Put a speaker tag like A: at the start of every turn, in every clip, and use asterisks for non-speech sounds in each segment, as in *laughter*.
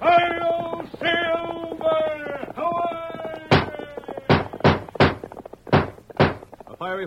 A: Hail Silver! A fiery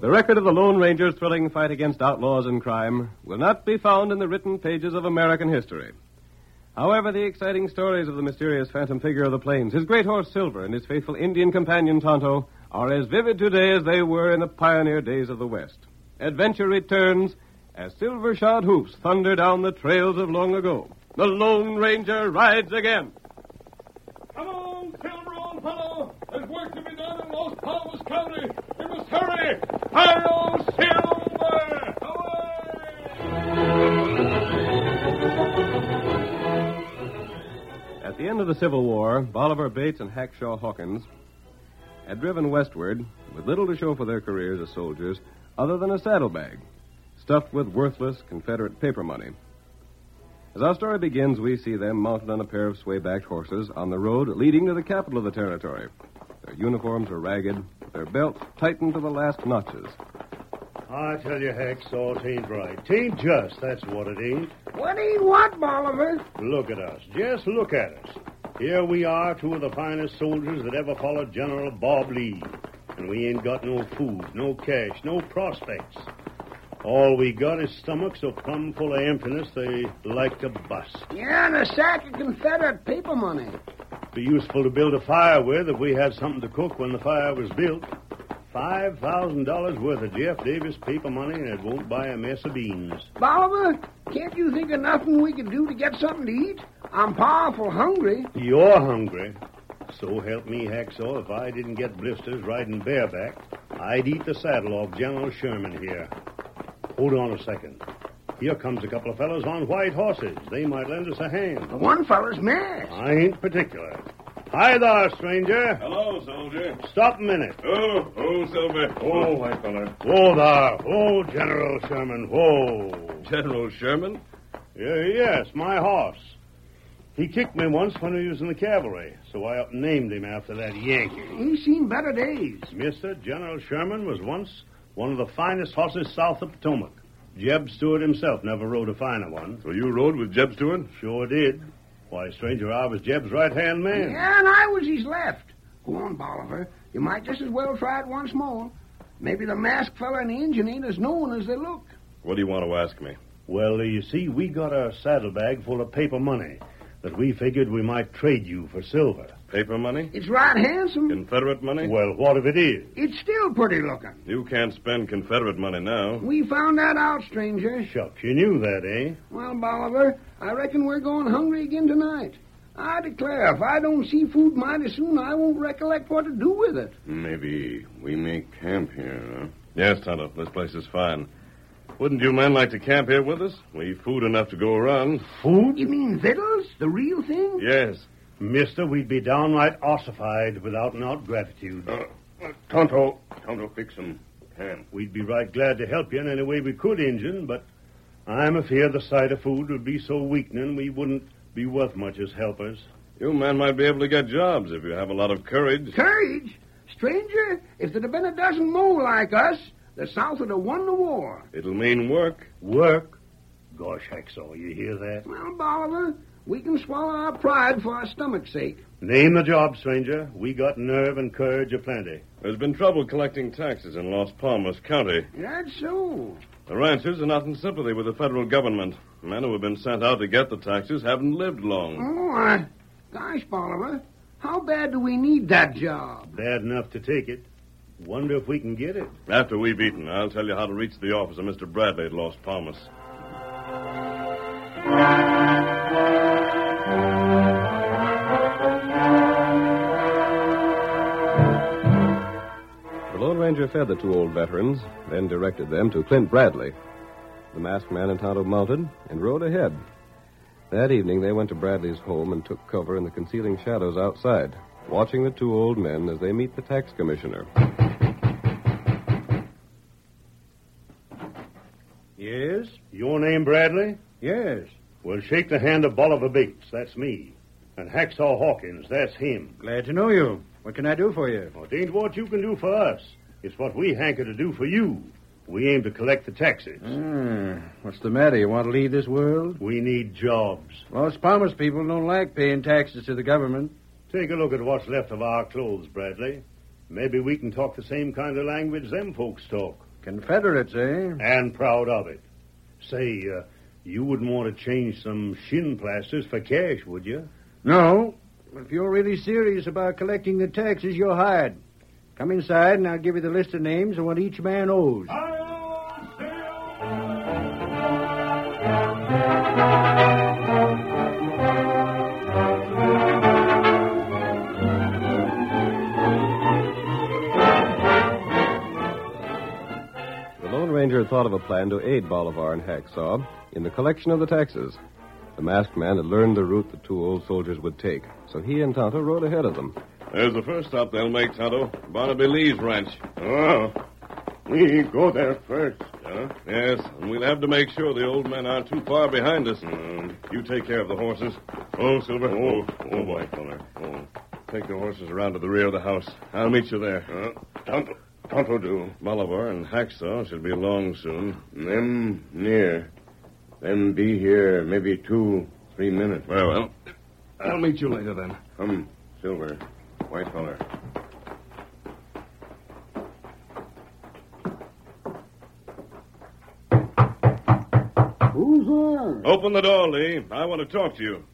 A: The record of the Lone Ranger's thrilling fight against outlaws and crime will not be found in the written pages of American history. However, the exciting stories of the mysterious phantom figure of the plains, his great horse Silver, and his faithful Indian companion Tonto are as vivid today as they were in the pioneer days of the West. Adventure returns as silver shod hoofs thunder down the trails of long ago. The Lone Ranger rides again. Come on, Silver, old fellow. There's work to be done in Los Palmas County. We must hurry. Hello, Silver! At the end of the Civil War, Bolivar Bates and Hackshaw Hawkins had driven westward with little to show for their careers as soldiers other than a saddlebag stuffed with worthless Confederate paper money. As our story begins, we see them mounted on a pair of sway-backed horses on the road leading to the capital of the territory. Their uniforms are ragged, their belts tightened to the last notches.
B: I tell you, Hex, all ain't right. Tain't just, that's what it ain't.
C: What do you want, Bolivar?
B: Look at us. Just look at us. Here we are, two of the finest soldiers that ever followed General Bob Lee. And we ain't got no food, no cash, no prospects. All we got is stomachs so plumb full of emptiness they like to bust.
C: You're in a sack of Confederate paper money.
B: Be useful to build a fire with if we had something to cook when the fire was built. Five thousand dollars worth of Jeff Davis paper money, and it won't buy a mess of beans.
C: Bolivar, can't you think of nothing we could do to get something to eat? I'm powerful hungry.
B: You're hungry. So help me, Hacksaw, if I didn't get blisters riding bareback, I'd eat the saddle off General Sherman here. Hold on a second. Here comes a couple of fellows on white horses. They might lend us a hand.
C: The one fellow's mad.
B: I ain't particular. Hi there, stranger.
D: Hello, soldier.
B: Stop a minute.
D: Oh, *laughs* oh, Silver. Oh, white feller.
B: Whoa there. Whoa, General Sherman. Whoa.
D: General Sherman?
B: Yeah, yes, my horse. He kicked me once when he was in the cavalry, so I up named him after that Yankee.
C: He's seen better days.
B: Mr. General Sherman was once one of the finest horses south of Potomac. Jeb Stuart himself never rode a finer one.
D: So you rode with Jeb Stewart?
B: Sure did. Why, stranger, I was Jeb's right hand man.
C: Yeah, and I was his left. Go on, Bolivar. You might just as well try it once more. Maybe the masked fella and the engine ain't as known as they look.
D: What do you want to ask me?
B: Well, you see, we got a saddlebag full of paper money. that we figured we might trade you for silver.
D: Paper money?
C: It's right handsome.
D: Confederate money?
B: Well, what if it is?
C: It's still pretty looking.
D: You can't spend Confederate money now.
C: We found that out, stranger.
B: Shucks, you knew that, eh?
C: Well, Bolivar, I reckon we're going hungry again tonight. I declare, if I don't see food mighty soon, I won't recollect what to do with it.
D: Maybe we may camp here, huh? Yes, Tonto, this place is fine. Wouldn't you men like to camp here with us? We've food enough to go around.
B: Food?
C: You mean victuals? The real thing?
D: Yes.
B: Mister, we'd be downright ossified without an out gratitude.
D: Uh, Tonto, Tonto, fix some camp.
B: We'd be right glad to help you in any way we could, Injun, but I'm afeard the sight of food would be so weakening we wouldn't be worth much as helpers.
D: You men might be able to get jobs if you have a lot of courage.
C: Courage? Stranger, if there'd have been a dozen more like us, the South would have won the war.
D: It'll mean work.
B: Work? Gosh, Hacksaw, you hear that?
C: Well, Bolivar, we can swallow our pride for our stomach's sake.
B: Name the job, stranger. We got nerve and courage aplenty.
D: There's been trouble collecting taxes in Las Palmas County.
C: That's so.
D: The ranchers are not in sympathy with the federal government. Men who have been sent out to get the taxes haven't lived long.
C: Oh, I... gosh, Bolivar, how bad do we need that job?
B: Bad enough to take it. Wonder if we can get it.
D: After we've eaten, I'll tell you how to reach the office of Mr. Bradley at Las Palmas.
A: The Lone Ranger fed the two old veterans, then directed them to Clint Bradley. The masked man and Tonto mounted and rode ahead. That evening, they went to Bradley's home and took cover in the concealing shadows outside, watching the two old men as they meet the tax commissioner.
B: Yes? Your name, Bradley? Yes. Well, shake the hand of Bolivar Bates. That's me. And Hacksaw Hawkins. That's him.
E: Glad to know you. What can I do for you?
B: Well, it ain't what you can do for us. It's what we hanker to do for you. We aim to collect the taxes.
A: Ah,
E: what's the matter? You want to leave this world?
B: We need jobs.
E: Los Palmas people don't like paying taxes to the government.
B: Take a look at what's left of our clothes, Bradley. Maybe we can talk the same kind of language them folks talk,
E: Confederates, eh?
B: and proud of it. Say, uh, you wouldn't want to change some shin plasters for cash, would you?
E: No. If you're really serious about collecting the taxes, you're hired. Come inside, and I'll give you the list of names and what each man owes.
A: The Lone Ranger had thought of a plan to aid Bolivar and Hacksaw in the collection of the taxes. The masked man had learned the route the two old soldiers would take, so he and Tonto rode ahead of them.
D: There's the first stop they'll make, Tonto. Barnaby Lee's ranch.
B: Oh, we go there first.
D: Huh? Yes, and we'll have to make sure the old men aren't too far behind us. You take care of the horses. Oh, Silver. Hmm. Oh, oh, boy, Connor. Oh. Take the horses around to the rear of the house. I'll meet you there. Tonto, Tonto do. Bolivar and Hacksaw should be along soon. Them near. Them be here maybe two, three minutes. Very well. I'll meet you later then. Come, Silver. White feller.
C: Who's there?
D: Open the door, Lee. I want to talk to you.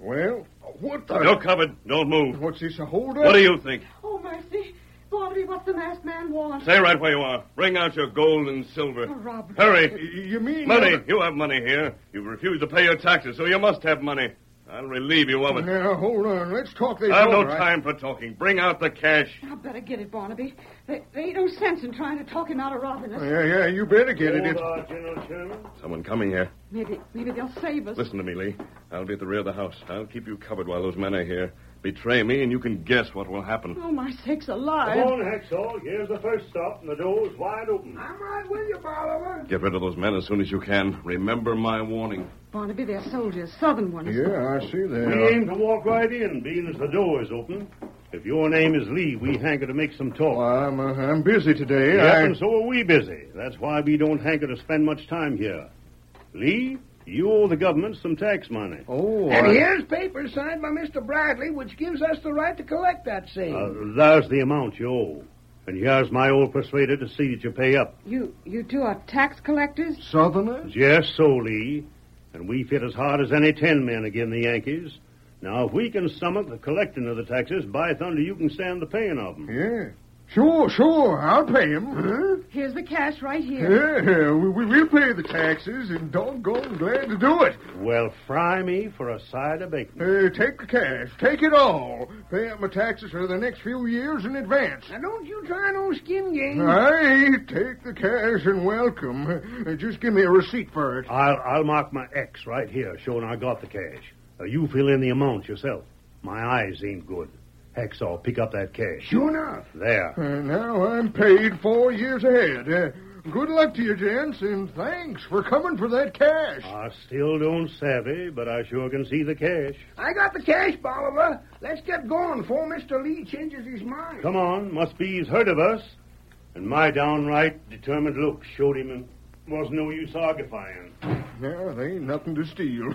F: Well, what the?
D: You're covered. Don't move.
F: What's this a hold
D: What do you think?
G: Oh, mercy. Bobby, what's the masked man want?
D: Stay right where you are. Bring out your gold and silver.
G: A robbery.
D: Hurry.
F: You mean
D: Money. You have money here. You've refused to pay your taxes, so you must have money. I'll relieve you of it.
F: Now hold on. Let's talk this
D: I've no
F: over. I-
D: time for talking. Bring out the cash.
G: I better get it, Barnaby. There, there ain't no sense in trying to talk him out of robbing us.
F: Yeah, yeah. You better get it.
B: Hold
F: It's...
B: on, General Sherman.
D: Someone coming here.
G: Maybe, maybe they'll save us.
D: Listen to me, Lee. I'll be at the rear of the house. I'll keep you covered while those men are here. Betray me, and you can guess what will happen.
G: Oh, my sakes
B: Come
G: alive.
B: on, Hacksaw. Here's the first stop, and the door's wide open.
C: I'm right with you, Bolivar.
D: Get rid of those men as soon as you can. Remember my warning.
G: Barnaby, they're soldiers, southern ones.
F: Yeah, I see
B: We
F: that.
B: aim to walk right in, being as the door is open. If your name is Lee, we hanker to make some talk.
F: Well, I'm, uh, I'm busy today.
B: Yep,
F: I...
B: and so are we busy. That's why we don't hanker to spend much time here. Lee, you owe the government some tax money.
F: Oh,
C: And
F: I-
C: here's papers signed by Mr. Bradley, which gives us the right to collect that same.
B: Uh, there's the amount you owe. And here's my old persuader to see that you pay up.
G: You, you two are tax collectors?
F: Southerners?
B: Yes, so, Lee. and we fit as hard as any ten men agin the Yankees. Now, if we can stomach the collecting of the taxes, by thunder, you can stand the paying of them.
F: Yeah. Sure, sure. I'll pay him. Huh?
G: Here's the cash right here.
F: Yeah, we, we, we'll pay the taxes, and doggone glad to do it.
B: Well, fry me for a side of bacon.
F: Uh, take the cash. Take it all. Pay up my taxes for the next few years in advance.
C: Now, don't you try no skin game.
F: Aye, take the cash and welcome. Uh, Just give me a receipt for it.
B: I'll, I'll mark my X right here, showing I got the cash. Now, you fill in the amount yourself. My eyes ain't good. Hacksaw, pick up that cash.
C: Sure enough.
B: There.
C: Hmm.
F: Uh, now I'm paid four years ahead. Uh, good luck to you, gents, and thanks for coming for that cash.
B: I still don't savvy, but I sure can see the cash.
C: I got the cash, Bolivar. Let's get going before Mr. Lee changes his mind.
B: Come on, must be he's heard of us. And my downright determined look showed him it was no use argufying.
F: Yeah, they ain't nothing to steal.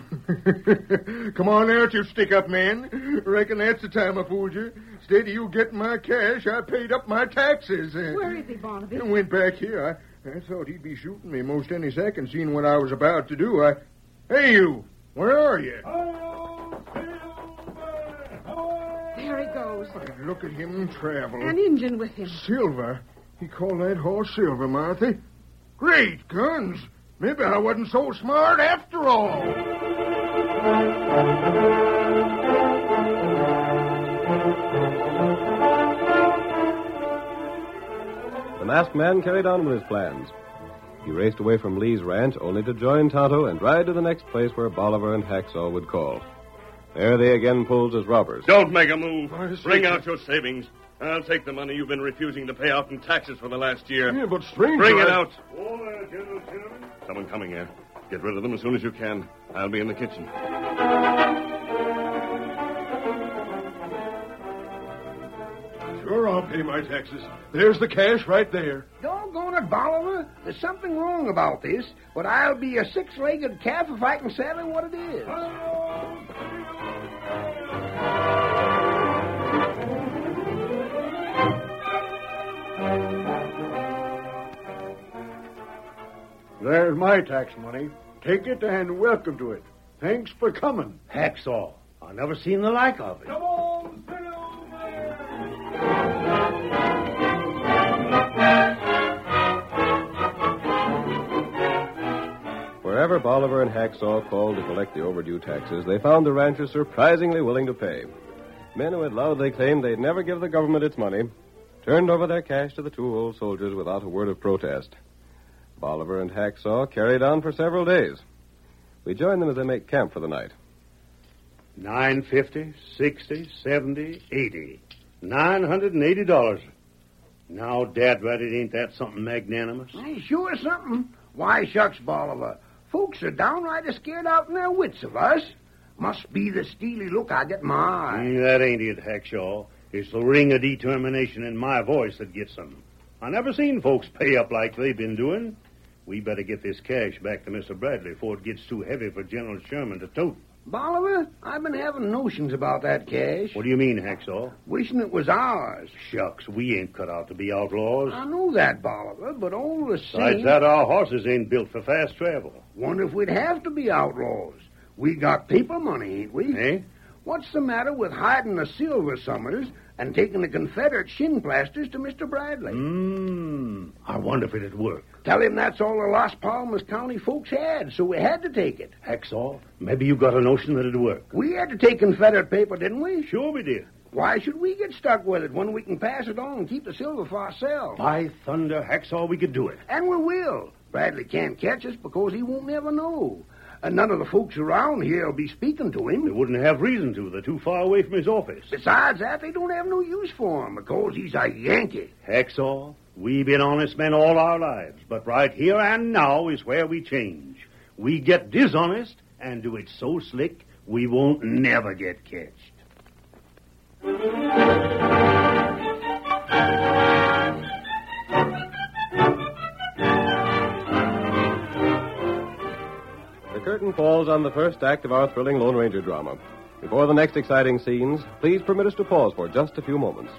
F: *laughs* Come on out, you stick up man. Reckon that's the time I fooled you. Instead of you getting my cash, I paid up my taxes. Uh,
G: Where is he, Barnaby?
F: I went back here. I, I thought he'd be shooting me most any second, seeing what I was about to do. I. Hey, you! Where are you?
G: Oh. There he goes.
F: Why, Look at him travel.
G: An engine with him.
F: Silver? He called that horse Silver, Marthy? Great guns! Maybe I wasn't so smart after all.
A: The masked man carried on with his plans. He raced away from Lee's ranch only to join Tonto and ride to the next place where Bolivar and Hacksaw would call. There they again posed as robbers.
D: Don't make a move.
F: I see.
D: Bring out your savings. I'll take the money you've been refusing to pay out in taxes for the last year.
F: Yeah, but stranger.
D: Bring it
F: I-
D: out.
B: Oh, there, General Sherman.
D: Someone coming here. Get rid of them as soon as you can. I'll be in the kitchen.
F: Sure, I'll pay my taxes. There's the cash right there.
C: Doggone it, Bolivar. There's something wrong about this, but I'll be a six-legged calf if I can savvy what it is.
E: There's my tax money. Take it and welcome to it. Thanks for coming.
B: Hacksaw. I never seen the like of it.
A: Wherever Bolivar and Hacksaw called to collect the overdue taxes, they found the ranchers surprisingly willing to pay. Men who had loudly claimed they'd never give the government its money turned over their cash to the two old soldiers without a word of protest. Bolivar and Hacksaw carried on for several days. We join them as they make camp for the night.
B: Nine fifty, sixty, seventy, eighty. Nine hundred and eighty dollars. Now, Dad, right, it ain't that something magnanimous?
C: Hey, sure is something. Why, shucks, Bolivar. Folks are downright scared out in their wits of us. Must be the steely look I get in my eye.
B: Mm, that ain't it, Hackshaw. It's the ring of determination in my voice that gets them. I never seen folks pay up like they've been doing. We better get this cash back to Mr. Bradley before it gets too heavy for General Sherman to tote.
C: Bolivar, I've been having notions about that cash,
B: What do you mean, Hacksaw?
C: wishing it was ours.
B: Shucks, we ain't cut out to be outlaws.
C: I know that, Bolivar, but all the same,
B: Besides that, our horses ain't built for fast travel.
C: wonder if we'd have to be outlaws. We got paper money, ain't we?
B: Eh?
C: What's the matter with hiding the silver summers and taking the Confederate shin plasters to Mr. Bradley?
B: Mmm. I wonder if it'd work.
C: Tell him that's all the Las Palmas County folks had, so we had to take it.
B: Hacksaw, maybe you got a notion that it'd work.
C: We had to take Confederate paper, didn't we?
B: Sure we did.
C: Why should we get stuck with it when we can pass it on and keep the silver for ourselves?
B: By thunder, Hacksaw, we could do it.
C: And we will. Bradley can't catch us because he won't never know. And Uh, none of the folks around here will be speaking to
B: They
C: him.
B: wouldn't have reason to. They're too far away from his office.
C: Besides that, they don't have no use for him because he's a Yankee.
B: Hacksaw, we've been honest men all our lives, but right here and now is where we change. We get dishonest and do it so slick we won't never get catched.
A: The curtain falls on the first act of our thrilling Lone Ranger drama. Before the next exciting scenes, please permit us to pause for just a few moments.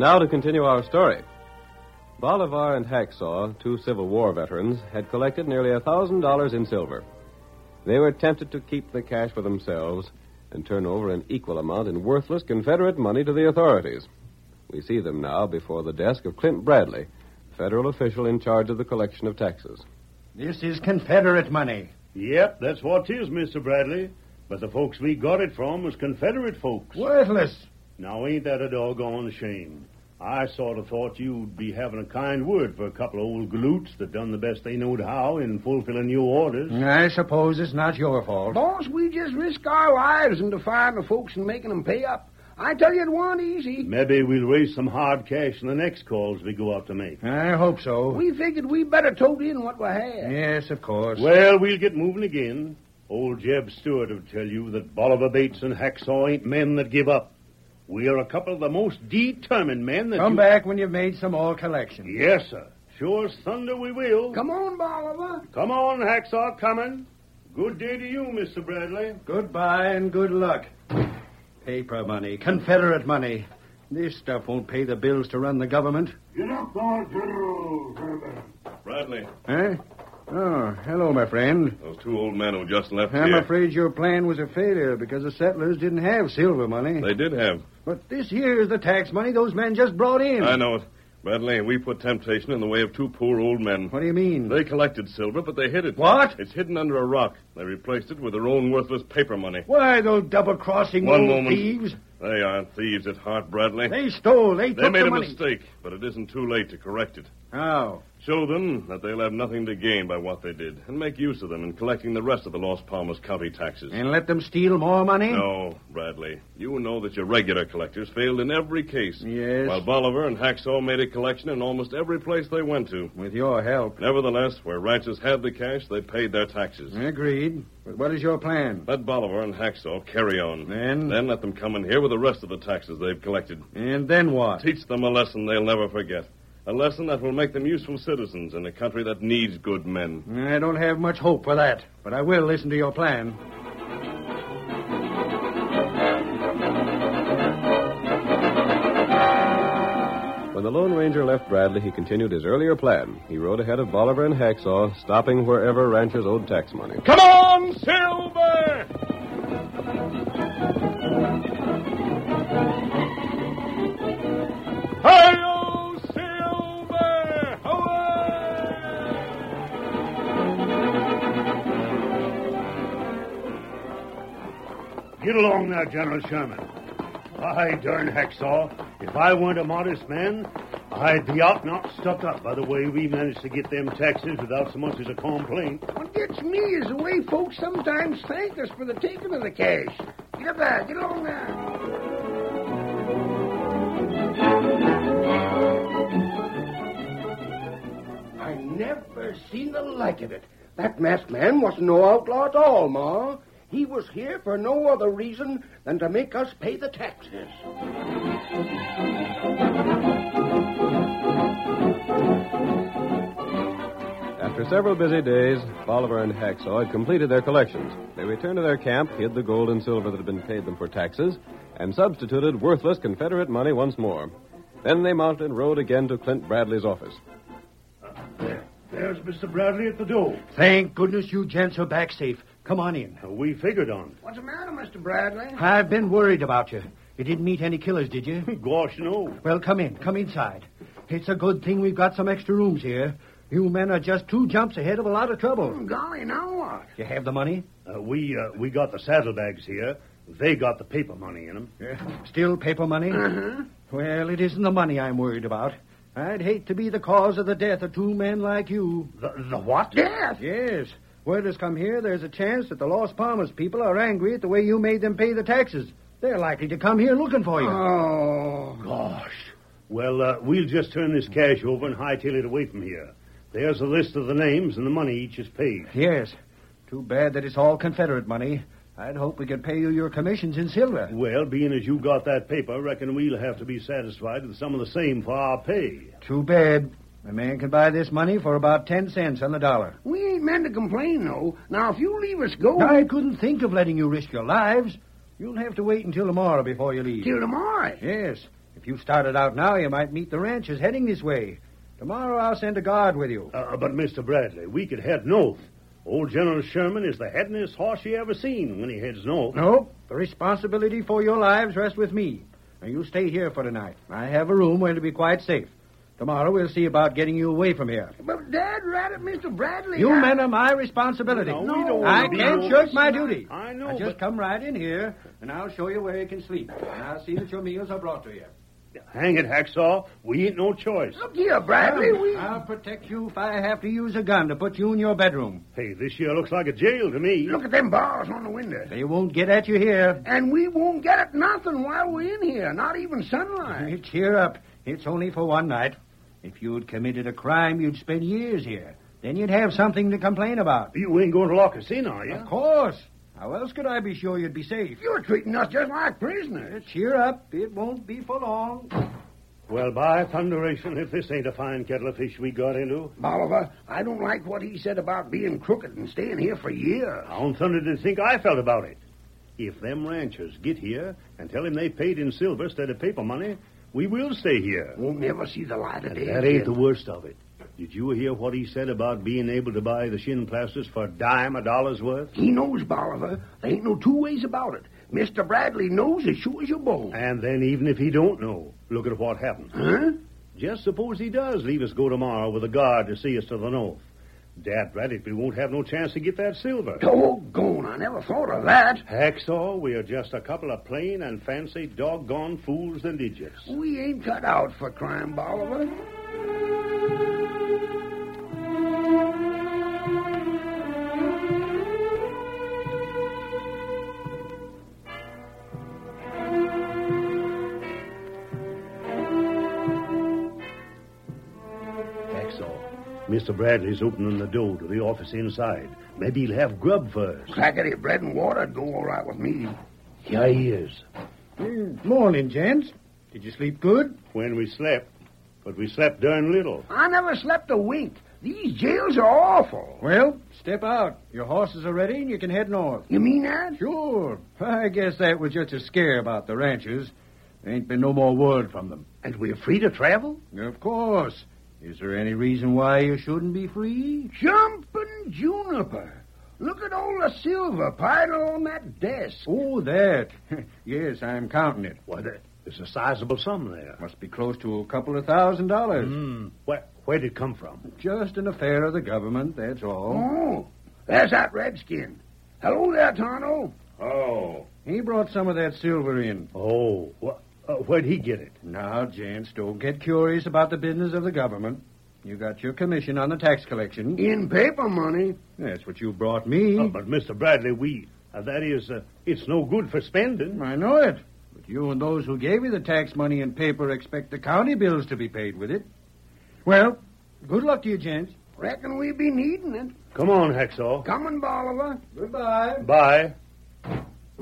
A: Now to continue our story. Bolivar and Hacksaw, two Civil War veterans, had collected nearly a $1,000 in silver. They were tempted to keep the cash for themselves and turn over an equal amount in worthless Confederate money to the authorities. We see them now before the desk of Clint Bradley, federal official in charge of the collection of taxes.
E: This is Confederate money.
B: Yep, that's what 'tis, Mr. Bradley. But the folks we got it from was Confederate folks.
E: Worthless.
B: Now, ain't that a doggone shame? I sort of thought you'd be having a kind word for a couple of old galoots that done the best they knowed how in fulfilling your orders.
E: I suppose it's not your fault.
C: Boss, we just risk our lives in defying the folks and making them pay up. I tell you, it warn't easy.
B: Maybe we'll raise some hard cash in the next calls we go out to make.
E: I hope so.
C: We figured we better tote in what we had.
E: Yes, of course.
B: Well, we'll get moving again. Old Jeb Stewart will tell you that Bolivar Bates and Hacksaw ain't men that give up. We are a couple of the most determined men that.
E: Come
B: you-
E: back when you've made some more collection.
B: Yes, sir. Sure as thunder we will.
C: Come on, Bolivar.
B: Come on, Hacksaw, coming. Good day to you, Mr. Bradley.
E: Goodbye and good luck. Paper money, Confederate money. This stuff won't pay the bills to run the government.
B: Get up, there, General.
D: Bradley,
E: Huh? Oh, hello, my friend.
D: those two old men who just left
E: I'm
D: here.
E: afraid your plan was a failure because the settlers didn't have silver money.
D: They did have.
E: But this here is the tax money those men just brought in.
D: I know it. Bradley, we put temptation in the way of two poor old men.
E: What do you mean?
D: They collected silver, but they hid it.
E: What?
D: It's hidden under a rock. They replaced it with their own worthless paper money.
E: Why, those double-crossing
D: One
E: old
D: moment.
E: thieves?
D: They aren't thieves at heart, Bradley.
E: They stole. They,
D: They
E: took
D: made
E: the
D: a
E: money.
D: mistake, but it isn't too late to correct it.
E: How?
D: Show them that they'll have nothing to gain by what they did, and make use of them in collecting the rest of the Los Palmas County taxes.
E: And let them steal more money?
D: No, Bradley. You know that your regular collectors failed in every case.
E: Yes.
D: While Bolivar and Hacksaw made a collection in almost every place they went to.
E: With your help.
D: Nevertheless, where ranchers had the cash, they paid their taxes.
E: Mm. Agreed. But what is your plan?
D: Let Bolivar and Hacksaw carry on.
E: Then?
D: Then let them come in here with the rest of the taxes they've collected.
E: And then what?
D: Teach them a lesson they'll never forget. A lesson that will make them useful citizens in a country that needs good men.
E: I don't have much hope for that, but I will listen to your plan.
A: When the Lone Ranger left Bradley, he continued his earlier plan. He rode ahead of Bolivar and Hacksaw, stopping wherever ranchers owed tax money.
D: Come on, Silver! Hi-yo, Silver! Away!
B: Get along now, General Sherman. I darn Hacksaw. If I weren't a modest man, I'd be out and out stuck up by the way we managed to get them taxes without so much as a complaint.
C: What gets me is the way folks sometimes thank us for the taking of the cash. Get up there. Get along there. I never seen the like of it. That masked man wasn't no outlaw at all, Ma. He was here for no other reason than to make us pay the taxes.
A: After several busy days, Bolivar and Hacksaw had completed their collections. They returned to their camp, hid the gold and silver that had been paid them for taxes, and substituted worthless Confederate money once more. Then they mounted and rode again to Clint Bradley's office.
B: There's Mr. Bradley at the door.
E: Thank goodness you gents are back safe. Come on in.
D: Uh,
B: We figured on
C: What's the matter, Mr. Bradley?
E: I've been worried about you. You didn't meet any killers, did you?
B: *laughs* it. Gosh, no.
E: Well, come in. Come inside. It's a good thing we've got some extra rooms here. You men are just two jumps ahead of a lot of trouble.
C: Golly, now what?
E: You have the money?
B: Uh, we uh, we got the saddlebags here. They got the paper money in 'em.
E: Still paper money?
C: Uh-huh.
E: Well, it isn't the money I'm worried about. I'd hate to be the cause of the death of two men like you.
B: The, the what?
C: Death.
E: Yes. Word has come here there's a chance that the Los Palmas people are angry at the way you made them pay the taxes. They're likely to come here looking for you.
C: Oh.
B: Gosh. Well, uh, we'll just turn this cash over and hightail it away from here. There's a list of the names and the money each is paid.
E: yes. Too bad that it's all Confederate money. I'd hope we could pay you your commissions in silver.
B: Well, being as you got that paper, reckon we'll have to be satisfied with some of the same for our pay.
E: Too bad. A man can buy this money for about ten cents on the dollar.
C: We ain't meant to complain, though. Now, if you leave us go
E: I couldn't think of letting you risk your lives. You'll have to wait until tomorrow before you leave.
C: till tomorrow,
E: Yes. If If you started out now, you might meet the ranchers heading this way. Tomorrow I'll send a guard with you.
B: Uh, but, Mr. Bradley, we could head north. Old General Sherman is the headinest horse you ever seen when he heads north.
E: No, the responsibility for your lives rests with me. Now, you stay here for tonight. I have a room where it'll be quite safe. Tomorrow we'll see about getting you away from here.
C: But Dad rat it, Mr. Bradley.
E: You
C: I-
E: men are my responsibility.
B: No, we don't
E: I
B: wanna be
E: can't
B: no-
E: shirk my duty.
B: I know,
E: Now,
B: but-
E: just come right in here, and I'll show you where you can sleep. And I'll see that your meals are brought to you.
B: Hang it, Hacksaw. We ain't no choice.
C: Look here, Bradley. We...
E: I'll protect you if I have to use a gun to put you in your bedroom.
B: Hey, this here looks like a jail to me.
C: Look at them bars on the window.
E: They won't get at you here.
C: And we won't get at nothing while we're in here, not even sunlight.
E: Cheer up. It's only for one night. If you'd committed a crime, you'd spend years here. Then you'd have something to complain about.
B: You ain't going to lock us in, are you?
E: Of course. How else could I be sure you'd be safe?
C: You're treating us just like prisoners.
E: Cheer up. It won't be for long.
B: Well, by thunderation, if this ain't a fine kettle of fish we got into,
C: Bolivar, I don't like what he said about being crooked and staying here for years.
B: how in thunder did you think I felt about it? If them ranchers get here and tell him they paid in silver instead of paper money, we will stay here.
C: We'll never see the light of
B: And
C: day.
B: that ain't the worst of it. Did you hear what he said about being able to buy the shin plasters for a dime a dollar's worth?
C: He knows, Bolivar. There ain't no two ways about it. Mr. Bradley knows as sure as your bone.
B: And then, even if he don't know, look at what happened.
C: Huh?
B: Just suppose he does leave us go tomorrow with a guard to see us to the north. Dad Braddock, we won't have no chance to get that silver.
C: Doggone, I never thought of that.
B: Hacksaw, we are just a couple of plain and fancy doggone fools and idiots.
C: We ain't cut out for crime, Bolivar.
B: Hacksaw, Mr. Bradley's opening the door to the office inside. Maybe he'll have grub first.
C: Clackety bread and water'd go all right with me.
B: Here he is.
E: Morning, gents. Did you sleep good?
B: When we slept, but we slept darn little.
C: I never slept a wink. These jails are awful.
E: Well, step out. Your horses are ready and you can head north.
C: You mean that?
E: Sure. I guess that was just a scare about the ranchers. There ain't been no more word from them.
C: And we're free to travel?
E: Of course. Is there any reason why you shouldn't be free?
C: Jumping juniper. Look at all the silver piled on that desk.
E: Oh, that. *laughs* yes, I'm counting it.
B: Why, there- there's a sizable sum there.
E: Must be close to a couple of thousand dollars.
C: Hmm.
B: Where, where'd it come from?
E: Just an affair of the government, that's all.
C: Oh, there's that redskin. Hello there, Tonto.
D: Oh,
E: He brought some of that silver in.
B: Oh, wh- uh, where'd he get it?
E: Now, gents, don't get curious about the business of the government. You got your commission on the tax collection.
C: In paper money.
E: That's what you brought me.
B: Oh, but, Mr. Bradley, we. Uh, that is, uh, it's no good for spending.
E: I know it. But you and those who gave you the tax money in paper expect the county bills to be paid with it. Well, good luck to you, gents.
C: Reckon we be needing it.
B: Come on, Hacksaw.
C: Coming, Bolivar.
E: Goodbye.
B: Bye.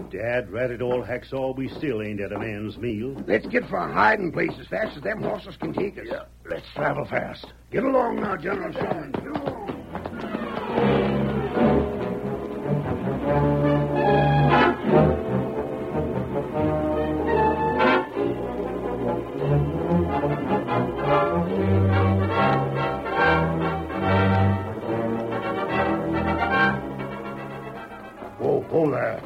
B: Dad, rat it all, Hacksaw, we still ain't at a man's meal.
C: Let's get for a hiding place as fast as them horses can take us. Yeah, let's travel fast. Get along now, General Sherman. Get along. Whoa, hold there.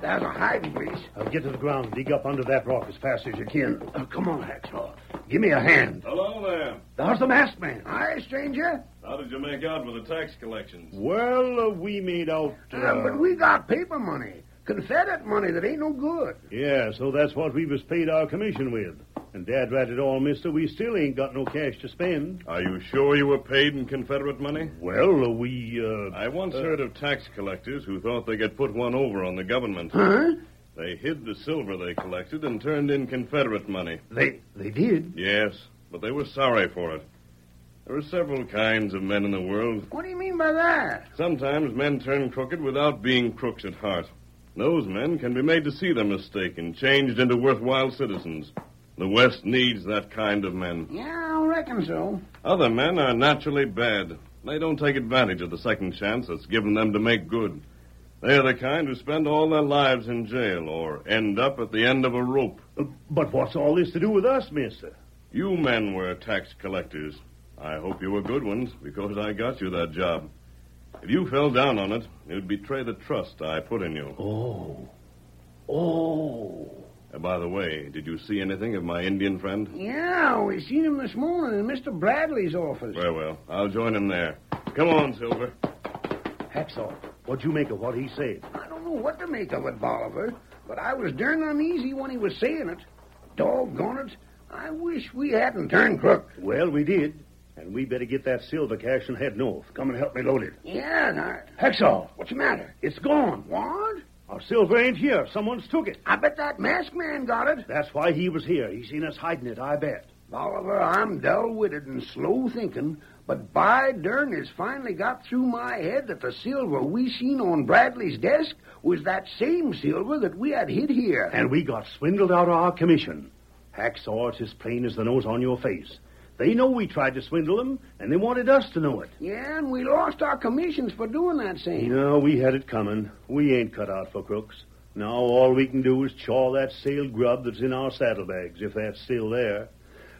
C: There's a hiding place.
B: Now get to the ground, dig up under that rock as fast as you can.
C: Uh, come on, Hacksaw. Give me a hand.
D: hello there.
C: How's the masked man? Hi, stranger.
D: How did you make out with the tax collections?
B: Well, uh, we made out. Uh,
C: Uh, but we got paper money. Confederate money that ain't no good.
B: Yeah, so that's what we was paid our commission with. And Dad, rat it all, mister, we still ain't got no cash to spend.
D: Are you sure you were paid in Confederate money?
B: Well, uh, we, uh.
D: I once heard of tax collectors who thought they could put one over on the government.
C: Huh?
D: They hid the silver they collected and turned in Confederate money.
C: They they did.
D: Yes, but they were sorry for it. There are several kinds of men in the world.
C: What do you mean by that?
D: Sometimes men turn crooked without being crooks at heart. Those men can be made to see their mistake and changed into worthwhile citizens. The West needs that kind of men.
C: Yeah, I reckon so.
D: Other men are naturally bad. They don't take advantage of the second chance that's given them to make good.
B: They're the kind who spend all their lives in jail or end up at the end of a rope.
H: But what's all this to do with us, mister?
B: You men were tax collectors. I hope you were good ones because I got you that job. If you fell down on it, it would betray the trust I put in you.
H: Oh. Oh.
B: Uh, by the way, did you see anything of my Indian friend?
C: Yeah, we seen him this morning in Mr. Bradley's office.
B: Very well. I'll join him there. Come on, Silver.
C: Hats off.
H: What'd you make of what he said?
C: I don't know what to make of it, Bolivar, but I was darn uneasy when he was saying it. Doggone it. I wish we hadn't turned crook.
H: Well, we did. And we better get that silver cash and head north. Come and help me load it.
C: Yeah, now. Hexall, what's the matter?
H: It's gone.
C: What?
H: Our silver ain't here. Someone's took it.
C: I bet that masked man got it.
H: That's why he was here. He seen us hiding it, I bet.
C: Bolivar, I'm dull-witted and slow thinking, but by dern, it's finally got through my head that the silver we seen on Bradley's desk was that same silver that we had hid here.
H: And we got swindled out of our commission. Hacksaw, it's as plain as the nose on your face. They know we tried to swindle them, and they wanted us to know it.
C: yeah, and we lost our commissions for doing that same.
H: No, we had it coming. We ain't cut out for crooks. Now all we can do is chaw that stale grub that's in our saddlebags, if that's still there.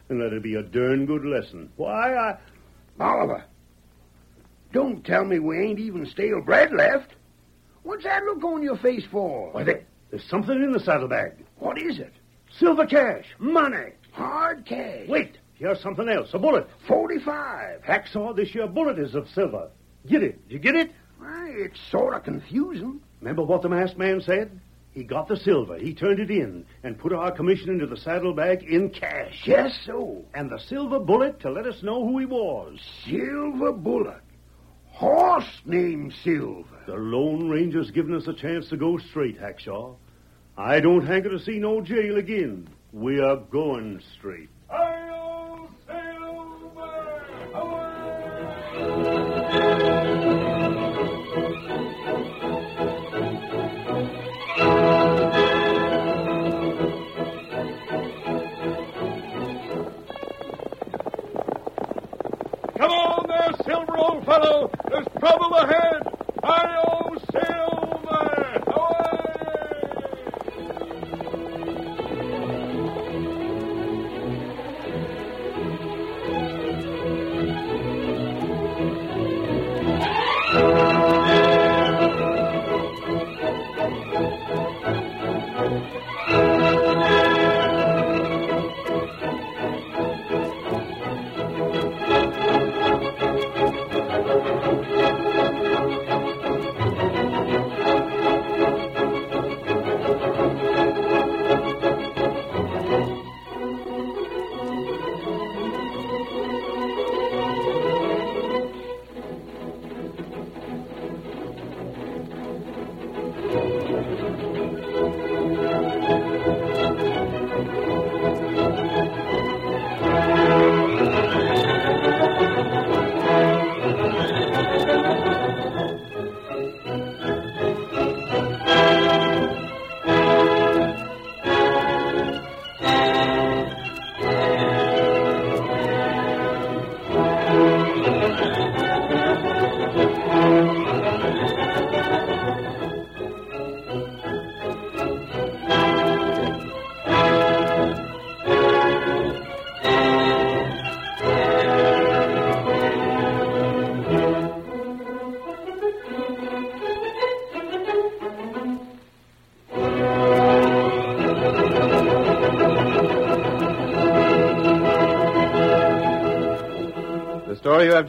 H: And let it be a darn good lesson. Why, I...
C: Bolivar, don't tell me we ain't even stale bread left. What's that look on your face for?
H: Why, there- there's something in the saddlebag.
C: What is it?
H: Silver cash. Money.
C: Hard cash.
H: Wait, here's something else. A bullet.
C: 45.
H: Hacksaw, this here bullet is of silver. Get it. Did you get it?
C: Why, it's sort of confusing.
H: Remember what the masked man said? He got the silver. He turned it in and put our commission into the saddlebag in cash.
C: Just so.
H: And the silver bullet to let us know who he was.
C: Silver Bullet. Horse named Silver.
H: The Lone Ranger's given us a chance to go straight, Hackshaw. I don't hanker to see no jail again. We are going straight.
B: Come on there, Silver, old fellow. There's trouble ahead. Hi-yo, Silver. Away!
A: The story you have